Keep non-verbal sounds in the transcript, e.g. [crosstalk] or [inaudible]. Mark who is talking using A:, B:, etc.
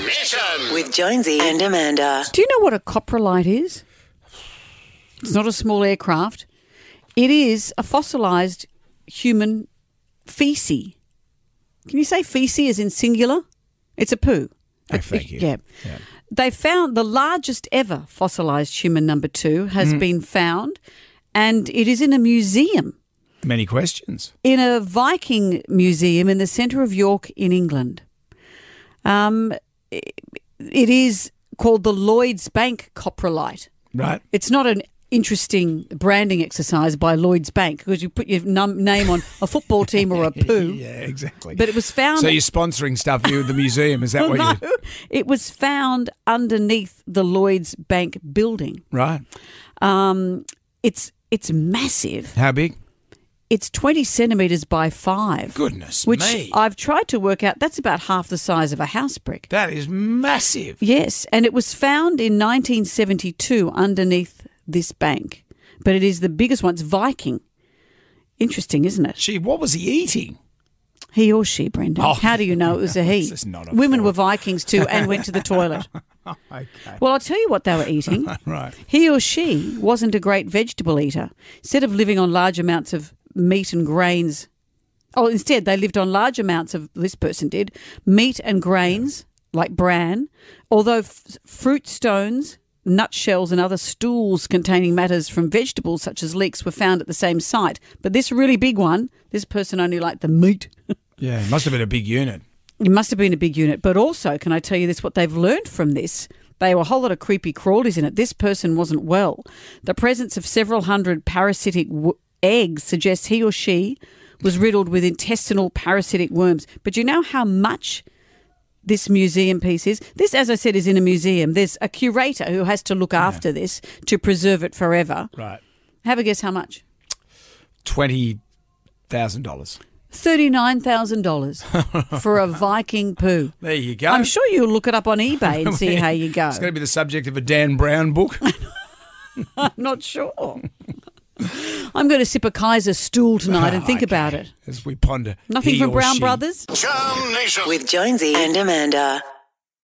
A: Edition.
B: with Jonesy and Amanda.
C: Do you know what a coprolite is? It's not a small aircraft. It is a fossilized human feces. Can you say feces as in singular? It's a poo.
D: Oh, thank you.
C: Yeah. They found the largest ever fossilized human number
D: Hmm.
C: two has been found, and it is in a museum,
D: Many questions.
C: in a Viking museum in the centre of York in England. Um, i- it is called the Lloyd's Bank coprolite
D: Right.
C: it's not an interesting branding exercise by Lloyd's Bank because you put your num- name on a football
D: [laughs]
C: team or a poo.
D: Yeah, exactly.
C: But it was found.
D: so you're sponsoring stuff you the museum,
C: [laughs]
D: is that what
C: no,
D: you
C: it was found underneath the Lloyd's Bank building.
D: Right.
C: Um, it's it's massive.
D: How big?
C: It's twenty centimeters by five.
D: Goodness
C: which
D: me.
C: I've tried to work out. That's about half the size of a house brick.
D: that is massive.
C: Yes, and it was found in 1972 underneath this bank, but it is the biggest one. It's Viking. Interesting, isn't it?
D: Gee, what was he eating?
C: He or she, Brendan.
D: Oh.
C: How do you know it
D: [laughs]
C: was a he?
D: This is not a
C: Women
D: forum.
C: were Vikings too and went
D: [laughs]
C: to the toilet.
D: Okay.
C: Well, I'll tell you what they were eating.
D: [laughs] Right.
C: He or she wasn't a great vegetable eater. Instead of living on large amounts of meat and grains, oh, instead they lived on large amounts of, this person did, meat and grains like bran, although f- fruit stones, nutshells, and other stools containing matters from vegetables such as leeks were found at the same site. But this really big one, this person only liked the meat.
D: Yeah, it must have been a big unit.
C: It must have been a big unit. But also, can I tell you this? What they've learned from this, they were a whole lot of creepy crawlies in it. This person wasn't well. The presence of several hundred parasitic w- eggs suggests he or she was riddled with intestinal parasitic worms. But you know how much this museum piece is? This, as I said, is in a museum. There's a curator who has to look after this to preserve it forever.
D: Right.
C: Have a guess how much?
D: Twenty thousand dollars.
C: $39,000 for a Viking poo.
D: There you go.
C: I'm sure you'll look it
D: [laughs]
C: up on eBay and see how you go.
D: It's going to be the subject of a Dan Brown
C: [laughs]
D: book.
C: I'm [laughs] not sure. I'm going to sip a Kaiser stool tonight and think
D: Okay.
C: about it.
D: as we ponder.
C: Nothing
D: he
C: from
D: or
C: Brown
D: she.
C: Brothers?
A: Jam Nation.
B: With Jonesy and Amanda.